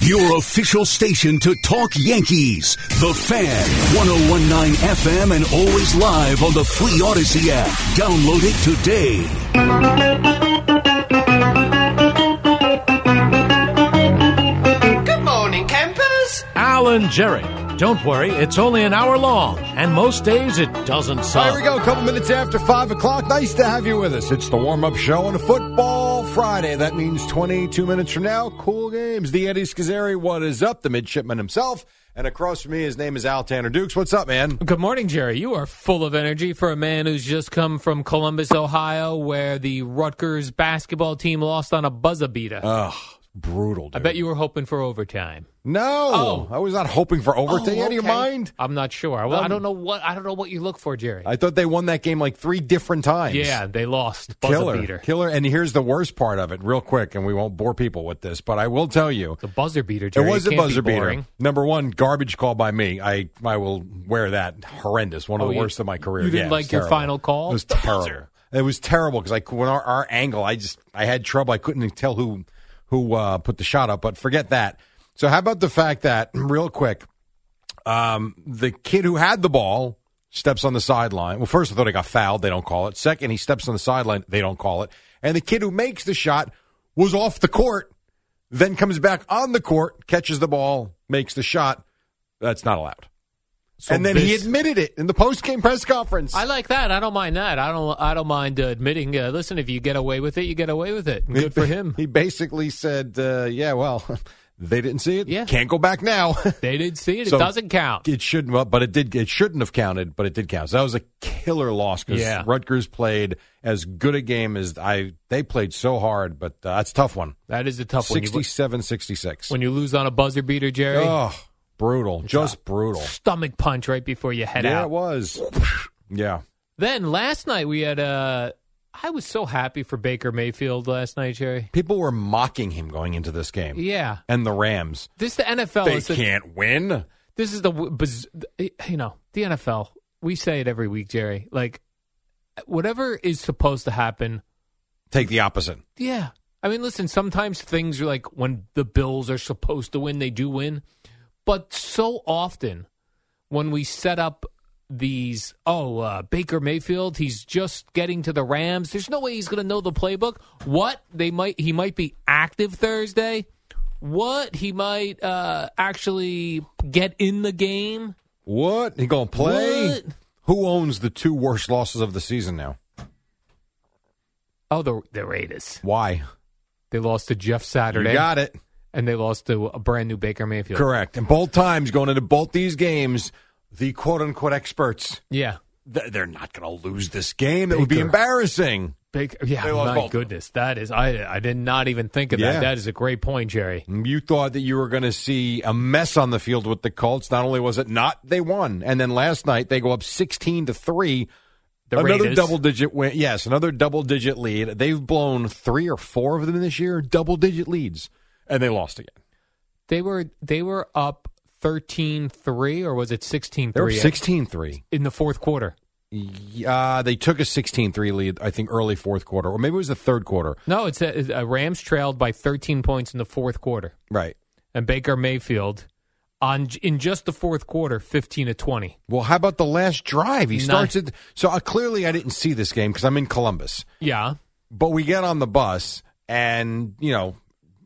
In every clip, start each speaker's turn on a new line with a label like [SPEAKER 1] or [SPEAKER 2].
[SPEAKER 1] Your official station to talk Yankees. The Fan, 1019 FM, and always live on the free Odyssey app. Download it today.
[SPEAKER 2] Good morning, campers.
[SPEAKER 3] Alan Jerry. Don't worry, it's only an hour long, and most days it doesn't suck.
[SPEAKER 4] Here we go, a couple minutes after 5 o'clock. Nice to have you with us. It's the warm up show on a football Friday. That means 22 minutes from now, cool games. The Eddie Scazzeri, what is up? The midshipman himself. And across from me, his name is Al Tanner Dukes. What's up, man?
[SPEAKER 5] Good morning, Jerry. You are full of energy for a man who's just come from Columbus, Ohio, where the Rutgers basketball team lost on a buzzer beater.
[SPEAKER 4] Ugh, brutal,
[SPEAKER 5] I
[SPEAKER 4] dude.
[SPEAKER 5] bet you were hoping for overtime.
[SPEAKER 4] No,
[SPEAKER 5] Oh.
[SPEAKER 4] I was not hoping for overtime. Out of your
[SPEAKER 5] okay.
[SPEAKER 4] mind?
[SPEAKER 5] I'm not sure. I, I don't know what I don't know what you look for, Jerry.
[SPEAKER 4] I thought they won that game like three different times.
[SPEAKER 5] yeah, they lost buzzer
[SPEAKER 4] Killer,
[SPEAKER 5] beater.
[SPEAKER 4] killer, and here's the worst part of it, real quick, and we won't bore people with this, but I will tell you,
[SPEAKER 5] The buzzer beater,
[SPEAKER 4] It
[SPEAKER 5] Jerry.
[SPEAKER 4] was a
[SPEAKER 5] can't be
[SPEAKER 4] buzzer beater.
[SPEAKER 5] boring.
[SPEAKER 4] Number one, garbage call by me. I I will wear that. Horrendous. One of
[SPEAKER 5] Oh,
[SPEAKER 4] the
[SPEAKER 5] you-
[SPEAKER 4] worst of my career.
[SPEAKER 5] you didn't
[SPEAKER 4] Yeah, it
[SPEAKER 5] like
[SPEAKER 4] was
[SPEAKER 5] your
[SPEAKER 4] terrible.
[SPEAKER 5] final call?
[SPEAKER 4] It was
[SPEAKER 5] The
[SPEAKER 4] terrible.
[SPEAKER 5] buzzer.
[SPEAKER 4] It was terrible because I when our, our angle, I just I had trouble. I couldn't tell who who uh, put the shot up. But forget that. So how about the fact that real quick, um, the kid who had the ball steps on the sideline. Well, first I thought he got fouled. They don't call it. Second, he steps on the sideline. They don't call it. And the kid who makes the shot was off the court then comes back on the court, catches the ball, makes the shot. That's not allowed.
[SPEAKER 5] So
[SPEAKER 4] and then he
[SPEAKER 5] this-
[SPEAKER 4] admitted it in the post game press conference.
[SPEAKER 5] I like that. I don't mind that. I don't. I don't mind uh, admitting. Uh, listen, if you get away with it, you get away with it. Good for him.
[SPEAKER 4] He basically said, uh, "Yeah, well, they didn't see it.
[SPEAKER 5] Yeah.
[SPEAKER 4] can't go back now.
[SPEAKER 5] They did see it.
[SPEAKER 4] So-
[SPEAKER 5] it doesn't count.
[SPEAKER 4] it shouldn't. Well, but it did. It shouldn't have counted, but it did count. So that was a killer loss because
[SPEAKER 5] Yeah.
[SPEAKER 4] Rutgers played as good a game as I. They played so hard, but uh, that's a tough one.
[SPEAKER 5] That is a tough one. You,
[SPEAKER 4] 67-66.
[SPEAKER 5] when you lose on a buzzer beater, Jerry.
[SPEAKER 4] oh, brutal, just brutal.
[SPEAKER 5] Stomach punch right before you head
[SPEAKER 4] yeah,
[SPEAKER 5] out.
[SPEAKER 4] it was. Yeah.
[SPEAKER 5] Then last night we had Uh, I was so happy for Baker Mayfield last night, Jerry.
[SPEAKER 4] People were mocking him going into this game.
[SPEAKER 5] Yeah, Oh,
[SPEAKER 4] And the Rams.
[SPEAKER 5] this the NFL.
[SPEAKER 4] They
[SPEAKER 5] is the-
[SPEAKER 4] can't win.
[SPEAKER 5] this is the w- biz- you know the NFL. We say it every week, Jerry. Like whatever is supposed to happen
[SPEAKER 4] Take the opposite.
[SPEAKER 5] Yeah. I mean, listen, sometimes things are like when the Bills are supposed to win, they do win. But so often when we set up these, oh, uh, Baker Mayfield, he's just getting to the Rams. There's no way he's going to know the playbook. What? They might, he might be active Thursday. What? He might uh, actually get in the game.
[SPEAKER 4] What? He going to play?
[SPEAKER 5] What?
[SPEAKER 4] Who owns the two worst losses of the season now?
[SPEAKER 5] Oh, the, the Raiders.
[SPEAKER 4] Why?
[SPEAKER 5] They lost to Jeff
[SPEAKER 4] You
[SPEAKER 5] Saturday.
[SPEAKER 4] got it.
[SPEAKER 5] And they lost to a brand new Baker Mayfield.
[SPEAKER 4] Correct. And both times going into both these games, the quote unquote experts,
[SPEAKER 5] Yeah.
[SPEAKER 4] th- they're not going to lose this game. It would be
[SPEAKER 5] Baker.
[SPEAKER 4] embarrassing.
[SPEAKER 5] Baker, yeah,
[SPEAKER 6] They lost
[SPEAKER 5] my
[SPEAKER 6] Baltimore.
[SPEAKER 5] goodness, that is I I did not even think of
[SPEAKER 4] Yeah.
[SPEAKER 5] that. That is a great point, Jerry.
[SPEAKER 4] You thought that you were going to see a mess on the field with the Colts. Not only was it not, they won. And then last night they go up sixteen to three.
[SPEAKER 5] The
[SPEAKER 4] another
[SPEAKER 5] Raiders.
[SPEAKER 4] double digit win. Yes, another double digit lead. They've blown three or four of them this year, double digit leads, and they lost again.
[SPEAKER 5] They were they were up 13-3 or was it 16-3?
[SPEAKER 4] They're 16 3.
[SPEAKER 5] in the fourth quarter.
[SPEAKER 4] Uh, they took a 16 3 lead, I think, early fourth quarter, or maybe it was the third quarter.
[SPEAKER 5] No, it's a, a Rams trailed by 13 points in the fourth quarter.
[SPEAKER 4] Right.
[SPEAKER 5] And Baker Mayfield on in just the fourth quarter, 15 to 20.
[SPEAKER 4] Well, how about the last drive? He
[SPEAKER 5] Nice.
[SPEAKER 4] starts it. So uh, clearly, I didn't see this game because I'm in Columbus.
[SPEAKER 5] Yeah.
[SPEAKER 4] But we get on the bus, and you know,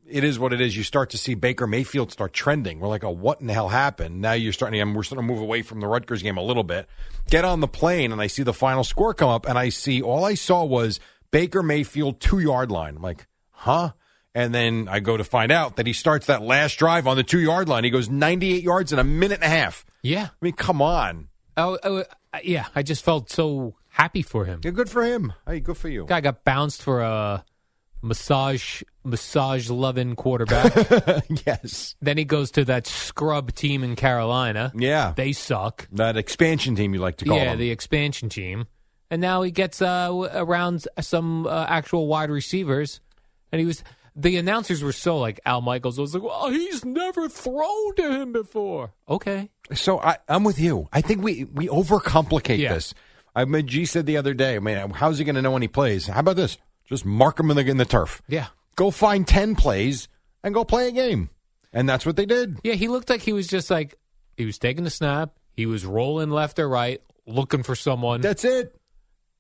[SPEAKER 4] it is what it is. You start to see Baker Mayfield start trending. We're like, "Oh, what in the hell happened?" Now you're starting. And we're starting to move away from the Rutgers game a little bit. Get on the plane, and I see the final score come up, and I see all I saw was Baker Mayfield two yard line. I'm like, "Huh." And then I go to find out that he starts that last drive on the two yard line. He goes 98 yards in a minute and a half.
[SPEAKER 5] Yeah.
[SPEAKER 4] I mean, come on.
[SPEAKER 5] Oh, oh, uh, yeah, I just felt so happy for him.
[SPEAKER 4] Yeah, good for him. Hey, good for you.
[SPEAKER 5] Guy got bounced for a massage massage loving quarterback.
[SPEAKER 4] yes.
[SPEAKER 5] then he goes to that scrub team in Carolina.
[SPEAKER 4] Yeah.
[SPEAKER 5] They suck.
[SPEAKER 4] that expansion team you like to call
[SPEAKER 5] yeah,
[SPEAKER 4] them.
[SPEAKER 5] the expansion team. And now he gets uh, w- around some uh, actual wide receivers, and he was. The announcers were so like Al Michaels was like, "Well, he's never thrown to him before." Okay,
[SPEAKER 4] so I, I'm with you. I think we we overcomplicate
[SPEAKER 5] Yeah.
[SPEAKER 4] this. I mean, G said the other day, man, how's he going to know when he plays? How about this? Just mark him in the, in the turf.
[SPEAKER 5] yeah,
[SPEAKER 4] Go find ten plays and go play a game, and that's what they did.
[SPEAKER 5] yeah. He looked like he was just like he was taking the snap. He was rolling left or right, looking for someone,
[SPEAKER 4] That's it.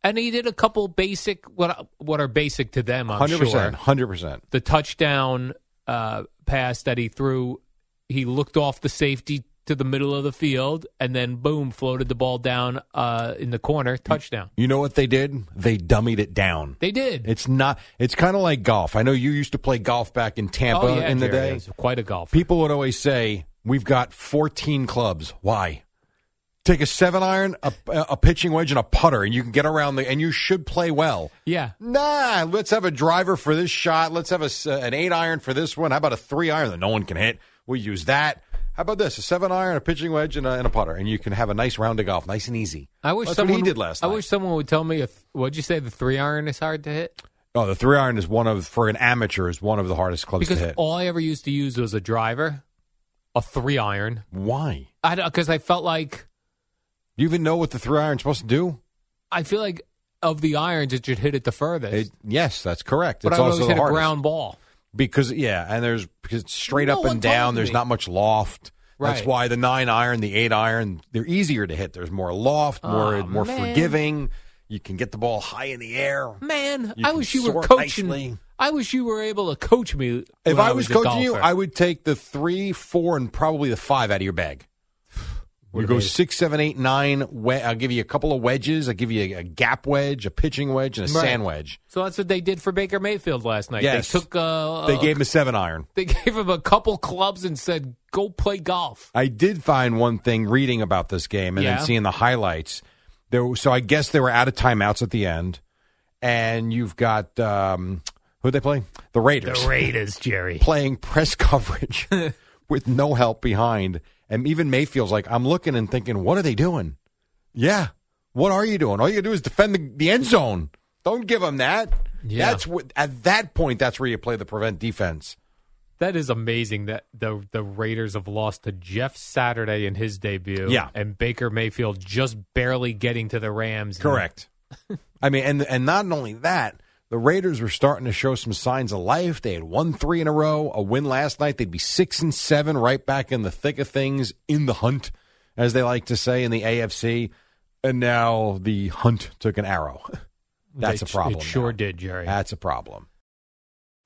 [SPEAKER 5] and he did a couple basic what what are basic to them. I'm
[SPEAKER 4] Hundred
[SPEAKER 5] sure
[SPEAKER 4] percent. Hundred percent.
[SPEAKER 5] the touchdown uh, pass that he threw, he looked off the safety to the middle of the field, and then boom, floated the ball down uh, in the corner, touchdown.
[SPEAKER 4] You know what they did? They dummied it down.
[SPEAKER 5] They did.
[SPEAKER 4] It's not. It's kind of like golf. I know you used to play golf back in Tampa
[SPEAKER 5] oh, yeah,
[SPEAKER 4] in the
[SPEAKER 5] Jerry,
[SPEAKER 4] day.
[SPEAKER 5] it's quite a golf.
[SPEAKER 4] People would always say, "We've got 14 clubs. Why? Take a seven iron, a, a pitching wedge, and a putter, and you can get around the. And you should play well.
[SPEAKER 5] yeah,
[SPEAKER 4] Nah, let's have a driver for this shot. Let's have a, s- an eight iron for this one. How about a three iron that no one can hit? We'll use that. How about this? A seven iron, a pitching wedge, and a, and a putter, and you can have a nice round of golf, nice and easy.
[SPEAKER 5] I wish
[SPEAKER 4] That's what he
[SPEAKER 5] someone
[SPEAKER 4] did last
[SPEAKER 5] I
[SPEAKER 4] night.
[SPEAKER 5] wish someone would tell me if what'd you say the three iron is hard to hit
[SPEAKER 4] Oh, the three iron is one of for an amateur is one of the hardest clubs
[SPEAKER 5] because
[SPEAKER 4] to hit.
[SPEAKER 5] all I ever used to use was a driver, a three iron.
[SPEAKER 4] Why?
[SPEAKER 5] I because I felt like
[SPEAKER 4] Do you even know what the three iron's supposed to do?
[SPEAKER 5] I feel like of the irons it should hit it the furthest,
[SPEAKER 4] It, yes, that's correct.
[SPEAKER 5] but
[SPEAKER 4] it's
[SPEAKER 5] I would
[SPEAKER 4] also
[SPEAKER 5] always
[SPEAKER 4] the
[SPEAKER 5] hit a
[SPEAKER 4] hardest.
[SPEAKER 5] ground ball.
[SPEAKER 4] because yeah, and there's because it's straight
[SPEAKER 5] No
[SPEAKER 4] up
[SPEAKER 5] one
[SPEAKER 4] and
[SPEAKER 5] told
[SPEAKER 4] down. There's
[SPEAKER 5] me.
[SPEAKER 4] not much loft. That's
[SPEAKER 5] Right.
[SPEAKER 4] why the nine iron, the eight iron, they're easier to hit. There's more loft, more
[SPEAKER 5] Aw,
[SPEAKER 4] more
[SPEAKER 5] man.
[SPEAKER 4] forgiving. You can get the ball high in the air.
[SPEAKER 5] Man,
[SPEAKER 4] You
[SPEAKER 5] I
[SPEAKER 4] can
[SPEAKER 5] wish you were
[SPEAKER 4] soar
[SPEAKER 5] coaching.
[SPEAKER 4] nicely.
[SPEAKER 5] I wish you were able to coach me.
[SPEAKER 4] If
[SPEAKER 5] when
[SPEAKER 4] I was
[SPEAKER 5] a
[SPEAKER 4] coaching you,
[SPEAKER 5] golfer.
[SPEAKER 4] I would take the three, four, and probably the five out of your bag. You
[SPEAKER 5] Would've
[SPEAKER 4] go
[SPEAKER 5] made it.
[SPEAKER 4] six, seven, eight, nine. we- I'll give you a couple of wedges. I'll give you a, a gap wedge, a pitching wedge, and a
[SPEAKER 5] Right.
[SPEAKER 4] sand wedge.
[SPEAKER 5] So that's what they did for Baker Mayfield last night.
[SPEAKER 4] Yes.
[SPEAKER 5] They took. Uh,
[SPEAKER 4] They gave him a seven iron.
[SPEAKER 5] They gave him a couple clubs and said, "Go play golf."
[SPEAKER 4] I did find one thing reading about this game and
[SPEAKER 5] Yeah.
[SPEAKER 4] then seeing the highlights. There, were- so I guess they were out of timeouts at the end, and you've got um, who they play? The Raiders
[SPEAKER 5] Raiders, Jerry.
[SPEAKER 4] playing press coverage with no help behind, and even Mayfield's like, I'm looking and thinking, what are they doing? Yeah, what are you doing? All you do is defend the, the end zone. Don't give them that.
[SPEAKER 5] Yeah.
[SPEAKER 4] That's what at that point. That's where you play the prevent defense.
[SPEAKER 5] That is amazing that the the Raiders have lost to Jeff Saturday in his debut.
[SPEAKER 4] Yeah.
[SPEAKER 5] and Baker Mayfield just barely getting to the Rams.
[SPEAKER 4] Correct. I mean, and and not only that, the Raiders were starting to show some signs of life. They had won three in a row, a win last night. They'd be six and seven, right back in the thick of things, in the hunt, as they like to say in the AFC. And now the hunt took an arrow. That's
[SPEAKER 5] They-
[SPEAKER 4] a problem.
[SPEAKER 5] It sure
[SPEAKER 4] now.
[SPEAKER 5] did, Jerry.
[SPEAKER 4] That's a problem.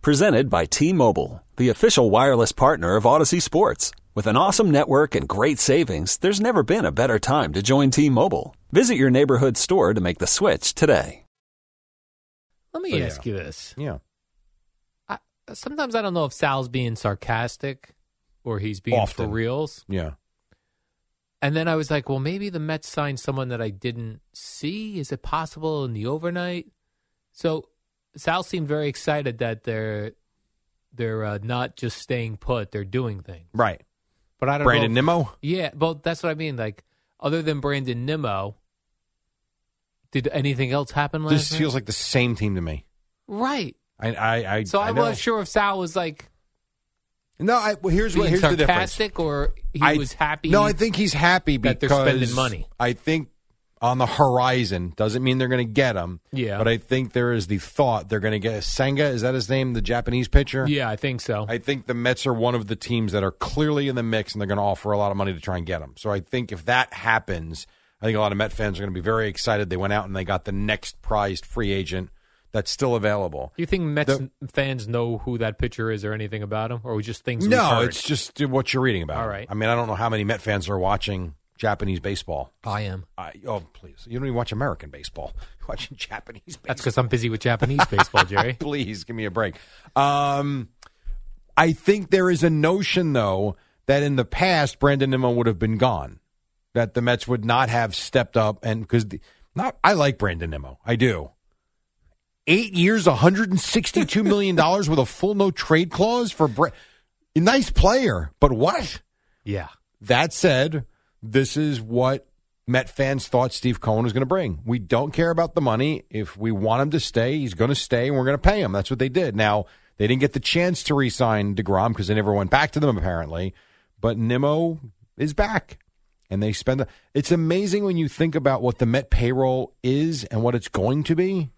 [SPEAKER 6] Presented by T Mobile, the official wireless partner of Odyssey Sports. With an awesome network and great savings, there's never been a better time to join T Mobile. Visit your neighborhood store to make the switch today.
[SPEAKER 5] Let me
[SPEAKER 4] So, yeah.
[SPEAKER 5] ask you this.
[SPEAKER 4] Yeah.
[SPEAKER 5] I, sometimes I don't know if Sal's being sarcastic or he's being
[SPEAKER 4] Often.
[SPEAKER 5] for reals.
[SPEAKER 4] Yeah.
[SPEAKER 5] And then I was like, well, maybe the Mets signed someone that I didn't see. Is it possible in the overnight? So Sal seemed very excited that they're they're uh, not just staying put; they're doing things.
[SPEAKER 4] Right.
[SPEAKER 5] But I don't know
[SPEAKER 4] Brandon
[SPEAKER 5] if-
[SPEAKER 4] Nimmo?
[SPEAKER 5] Yeah, well, that's what I mean. Like, other than Brandon Nimmo, did anything else happen last
[SPEAKER 4] This
[SPEAKER 5] night?
[SPEAKER 4] feels like the same team to me.
[SPEAKER 5] right.
[SPEAKER 4] I, I, I
[SPEAKER 5] So I,
[SPEAKER 4] I know.
[SPEAKER 5] wasn't sure if Sal was like
[SPEAKER 4] No, I, well, here's
[SPEAKER 5] being
[SPEAKER 4] what here's the difference.
[SPEAKER 5] sarcastic or he
[SPEAKER 4] I-
[SPEAKER 5] was happy.
[SPEAKER 4] No, I think he's happy
[SPEAKER 5] that
[SPEAKER 4] because
[SPEAKER 5] they're spending money.
[SPEAKER 4] I think on the horizon doesn't mean they're going to get him.
[SPEAKER 5] Yeah.
[SPEAKER 4] but I think there is the thought they're going to get Senga. Is that his name? The Japanese pitcher.
[SPEAKER 5] Yeah, I think so.
[SPEAKER 4] I think the Mets are one of the teams that are clearly in the mix, and they're going to offer a lot of money to try and get him. So I think if that happens, I think a lot of Met fans are going to be very excited. They went out and they got the next prized free agent that's still available.
[SPEAKER 5] Do you think Mets
[SPEAKER 4] The-
[SPEAKER 5] fans know who that pitcher is or anything about him, or just things? we've
[SPEAKER 4] No,
[SPEAKER 5] heard?
[SPEAKER 4] it's just what you're reading about.
[SPEAKER 5] All
[SPEAKER 4] him.
[SPEAKER 5] right.
[SPEAKER 4] I mean, I don't know how many Met fans are watching Japanese baseball.
[SPEAKER 5] I am.
[SPEAKER 4] I, oh, please. You don't even watch American baseball. You're watching Japanese baseball.
[SPEAKER 5] That's because I'm busy with Japanese baseball, Jerry.
[SPEAKER 4] please give me a break. Um, I think there is a notion, though, that in the past, Brandon Nimmo would have been gone, that the Mets would not have stepped up. And because not, I like Brandon Nimmo. I do. Eight years, $162 million with a full no trade clause for Bra- nice player, but what?
[SPEAKER 5] yeah,
[SPEAKER 4] That said, this is what Met fans thought Steve Cohen was going to bring. We don't care about the money. If we want him to stay, he's going to stay, and we're going to pay him. That's what they did. Now they didn't get the chance to re-sign Degrom because they never went back to them apparently. But Nimmo is back, and they spend. It's amazing when you think about what the Met payroll is and what it's going to be.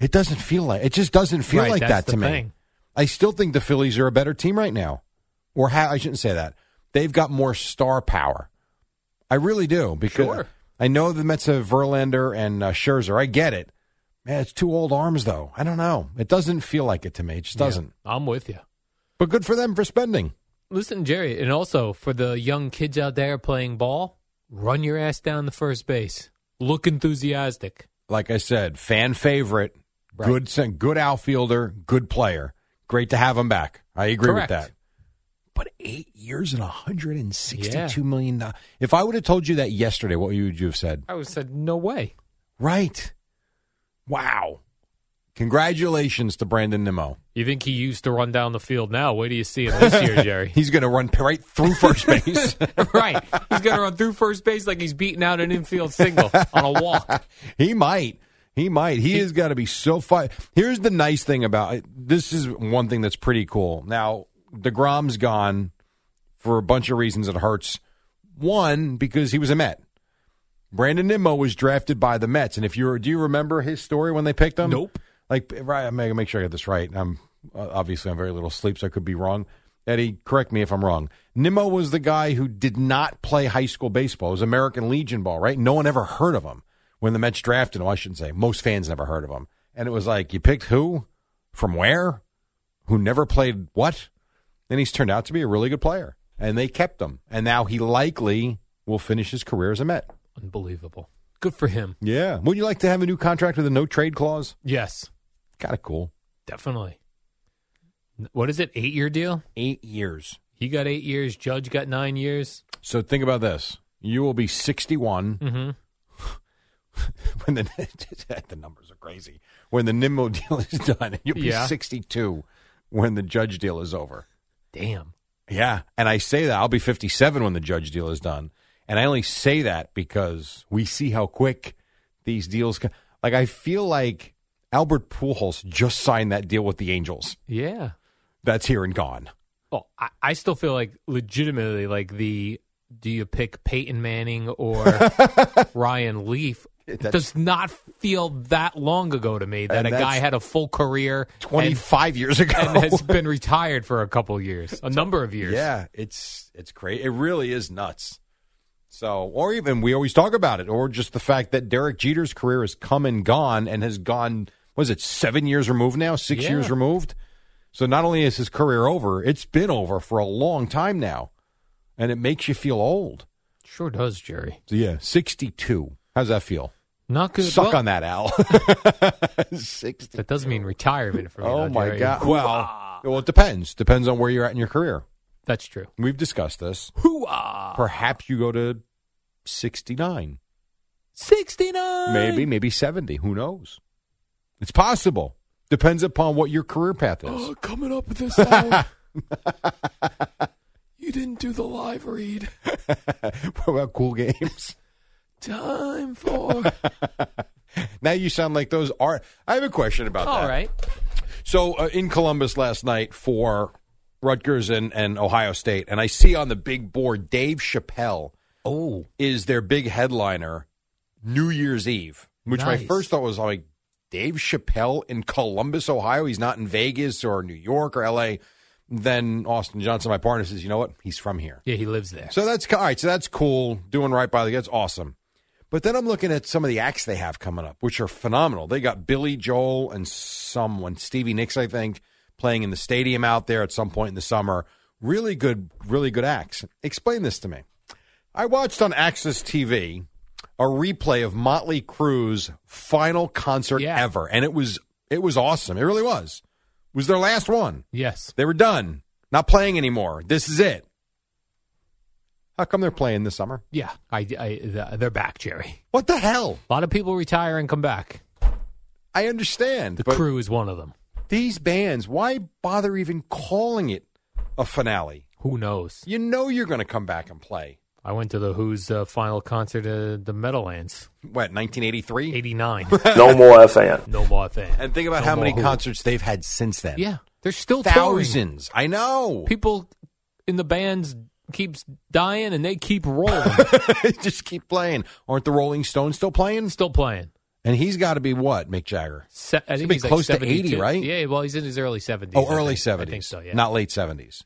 [SPEAKER 4] It doesn't feel like it just doesn't feel
[SPEAKER 5] Right,
[SPEAKER 4] like
[SPEAKER 5] that's
[SPEAKER 4] that
[SPEAKER 5] the
[SPEAKER 4] to me.
[SPEAKER 5] thing.
[SPEAKER 4] I still think the Phillies are a better team right now. Or ha- I shouldn't say that. They've got more star power. I really do because
[SPEAKER 5] Sure.
[SPEAKER 4] I know the Mets have Verlander and uh, Scherzer. I get it. Man, it's two old arms though. I don't know. It doesn't feel like it to me. It just doesn't.
[SPEAKER 5] Yeah, I'm with you.
[SPEAKER 4] But good for them for spending.
[SPEAKER 5] Listen, Jerry, and also for the young kids out there playing ball, run your ass down the first base. Look enthusiastic.
[SPEAKER 4] Like I said, fan favorite,
[SPEAKER 5] Right.
[SPEAKER 4] good cent- good outfielder, good player. Great to have him back. I agree
[SPEAKER 5] Correct.
[SPEAKER 4] with that. But eight years and 162
[SPEAKER 5] Yeah.
[SPEAKER 4] million dollars. If I would have told you that yesterday, what would you have said?
[SPEAKER 5] I would have said, no way.
[SPEAKER 4] Right. Wow. Congratulations to Brandon Nimmo.
[SPEAKER 5] You think he used to run down the field now? Wait do you see him this year, Jerry?
[SPEAKER 4] He's going to run right through first base.
[SPEAKER 5] right. He's going to run through first base like he's beating out an infield single on a walk.
[SPEAKER 4] he might. He might. He, has got to be so fun. Here's the nice thing about it. This is one thing that's pretty cool. Now, DeGrom's gone for a bunch of reasons it hurts. One, because he was a Met. Brandon Nimmo was drafted by the Mets. And if you do you remember his story when they picked him?
[SPEAKER 5] Nope.
[SPEAKER 4] Like, right, I'm gonna make sure I get this right. I'm uh, obviously I'm very little sleep, so I could be wrong. Eddie, correct me if I'm wrong. Nimmo was the guy who did not play high school baseball. It was American Legion ball, right? No one ever heard of him when the Mets drafted him. I shouldn't say most fans never heard of him. And it was like you picked who, from where, who never played what, and he's turned out to be a really good player. And they kept him, and now he likely will finish his career as a Met.
[SPEAKER 5] Unbelievable. Good for him.
[SPEAKER 4] Yeah. Would you like to have a new contract with a no trade clause?
[SPEAKER 5] Yes,
[SPEAKER 4] Kind of cool.
[SPEAKER 5] definitely. What is it? Eight year deal?
[SPEAKER 4] Eight years.
[SPEAKER 5] He got eight years. Judge got nine years.
[SPEAKER 4] So think about this. You will be 61
[SPEAKER 5] Mm-hmm.
[SPEAKER 4] when the the numbers are crazy. When the Nimmo deal is done, you'll be
[SPEAKER 5] Yeah.
[SPEAKER 4] 62 when the Judge deal is over.
[SPEAKER 5] Damn.
[SPEAKER 4] Yeah, and I say that I'll be 57 when the Judge deal is done. And I only say that because we see how quick these deals come. Like I feel like Albert Pujols just signed that deal with the Angels.
[SPEAKER 5] Yeah.
[SPEAKER 4] That's here and gone.
[SPEAKER 5] Well, Oh, I, I still feel like legitimately like the do you pick Peyton Manning or Ryan Leaf
[SPEAKER 4] That's-
[SPEAKER 5] does not feel that long ago to me that
[SPEAKER 4] And
[SPEAKER 5] a
[SPEAKER 4] that's
[SPEAKER 5] guy had a full career
[SPEAKER 4] 25 years ago.
[SPEAKER 5] and, and has been retired for a couple years, a number of years.
[SPEAKER 4] Yeah, it's it's crazy. It really is nuts. So, or even we always talk about it, or just the fact that Derek Jeter's career has come and gone, and has gone. Was it seven years removed now? Six
[SPEAKER 5] Yeah.
[SPEAKER 4] years removed. So not only is his career over, it's been over for a long time now, and it makes you feel old.
[SPEAKER 5] Sure does, Jerry.
[SPEAKER 4] So yeah, sixty-two. How's that feel?
[SPEAKER 5] Not good.
[SPEAKER 4] Suck
[SPEAKER 5] Well,
[SPEAKER 4] on that, Al. Sixty.
[SPEAKER 5] That doesn't mean retirement for me.
[SPEAKER 4] Oh
[SPEAKER 5] though,
[SPEAKER 4] my
[SPEAKER 5] Jerry.
[SPEAKER 4] God. Well, well, it depends. Depends on where you're at in your career.
[SPEAKER 5] That's true.
[SPEAKER 4] We've discussed this.
[SPEAKER 5] Hoo-ah.
[SPEAKER 4] Perhaps you go to 69.
[SPEAKER 5] 69.
[SPEAKER 4] Maybe, maybe 70. Who knows? It's possible. Depends upon what your career path is.
[SPEAKER 7] Oh, coming up at this hour. you didn't do the live read.
[SPEAKER 4] what about cool games?
[SPEAKER 7] Time for.
[SPEAKER 4] now you sound like those are. I have a question about that.
[SPEAKER 5] All right.
[SPEAKER 4] So uh, in Columbus last night for Rutgers and, and Ohio State, and I see on the big board Dave Chappelle.
[SPEAKER 5] Oh,
[SPEAKER 4] is their big headliner New Year's Eve? Which my
[SPEAKER 5] Nice.
[SPEAKER 4] first thought was like Dave Chappelle in Columbus, Ohio. He's not in Vegas or New York or L.A. Then Austin Johnson, my partner, says, "You know what? He's from here."
[SPEAKER 5] Yeah, he lives there.
[SPEAKER 4] So that's all right. So that's cool. Doing right by the that's awesome. But then I'm looking at some of the acts they have coming up, which are phenomenal. They got Billy Joel and someone, Stevie Nicks, I think, playing in the stadium out there at some point in the summer. Really good, really good acts. Explain this to me. I watched on Access TV a replay of Motley Crue's final concert ever, and it was it was awesome. It really was. It was their last one.
[SPEAKER 5] Yes.
[SPEAKER 4] They were done. Not playing anymore. This is it. How come they're playing this summer?
[SPEAKER 5] Yeah, I, I- th- they're back, Jerry.
[SPEAKER 4] What the hell?
[SPEAKER 5] A lot of people retire and come back.
[SPEAKER 4] I understand.
[SPEAKER 5] The
[SPEAKER 4] but
[SPEAKER 5] crew is one of them.
[SPEAKER 4] These bands, why bother even calling it a finale?
[SPEAKER 5] Who knows?
[SPEAKER 4] You know you're going to come back and play.
[SPEAKER 5] I went to the Who's uh, final concert at the Meadowlands,
[SPEAKER 4] What, 1983?
[SPEAKER 5] '89.
[SPEAKER 8] No more FN.
[SPEAKER 5] no more thing.
[SPEAKER 4] And think about
[SPEAKER 5] No
[SPEAKER 4] how many
[SPEAKER 5] more Who.
[SPEAKER 4] concerts they've had since then.
[SPEAKER 5] Yeah, they're still touring.
[SPEAKER 4] Thousands. I know.
[SPEAKER 5] People in the bands keeps dying, and they keep rolling,
[SPEAKER 4] Just keep playing. Aren't the Rolling Stones still playing?
[SPEAKER 5] still playing.
[SPEAKER 4] And he's got to be what, Mick Jagger?
[SPEAKER 5] Se- I
[SPEAKER 4] He's
[SPEAKER 5] think
[SPEAKER 4] been
[SPEAKER 5] he's
[SPEAKER 4] close
[SPEAKER 5] like
[SPEAKER 4] to 80,
[SPEAKER 5] 72.
[SPEAKER 4] right?
[SPEAKER 5] Yeah, well, he's in his early seventies.
[SPEAKER 4] Oh, early 70s.
[SPEAKER 5] I think so. Yeah,
[SPEAKER 4] Not late 70s.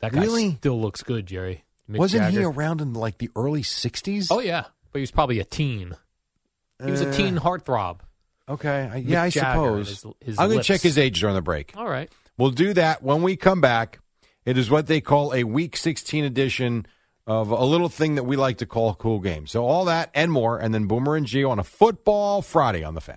[SPEAKER 5] that guy
[SPEAKER 4] Really?
[SPEAKER 5] still looks good, Jerry. Mick
[SPEAKER 4] Wasn't he
[SPEAKER 5] Jagger.
[SPEAKER 4] around in like the early 60s?
[SPEAKER 5] Oh yeah, but he was probably a teen. He was a
[SPEAKER 4] Uh,
[SPEAKER 5] teen heartthrob.
[SPEAKER 4] Okay. I, yeah, I
[SPEAKER 5] Mick Jagger and
[SPEAKER 4] suppose.
[SPEAKER 5] his- his
[SPEAKER 4] I'm going to
[SPEAKER 5] lips.
[SPEAKER 4] check his age during the break.
[SPEAKER 5] All right.
[SPEAKER 4] We'll do that when we come back. It is what they call a Week 16 edition of a little thing that we like to call Cool Game. So all that and more, and then Boomer and Geo on a Football Friday on the Fan.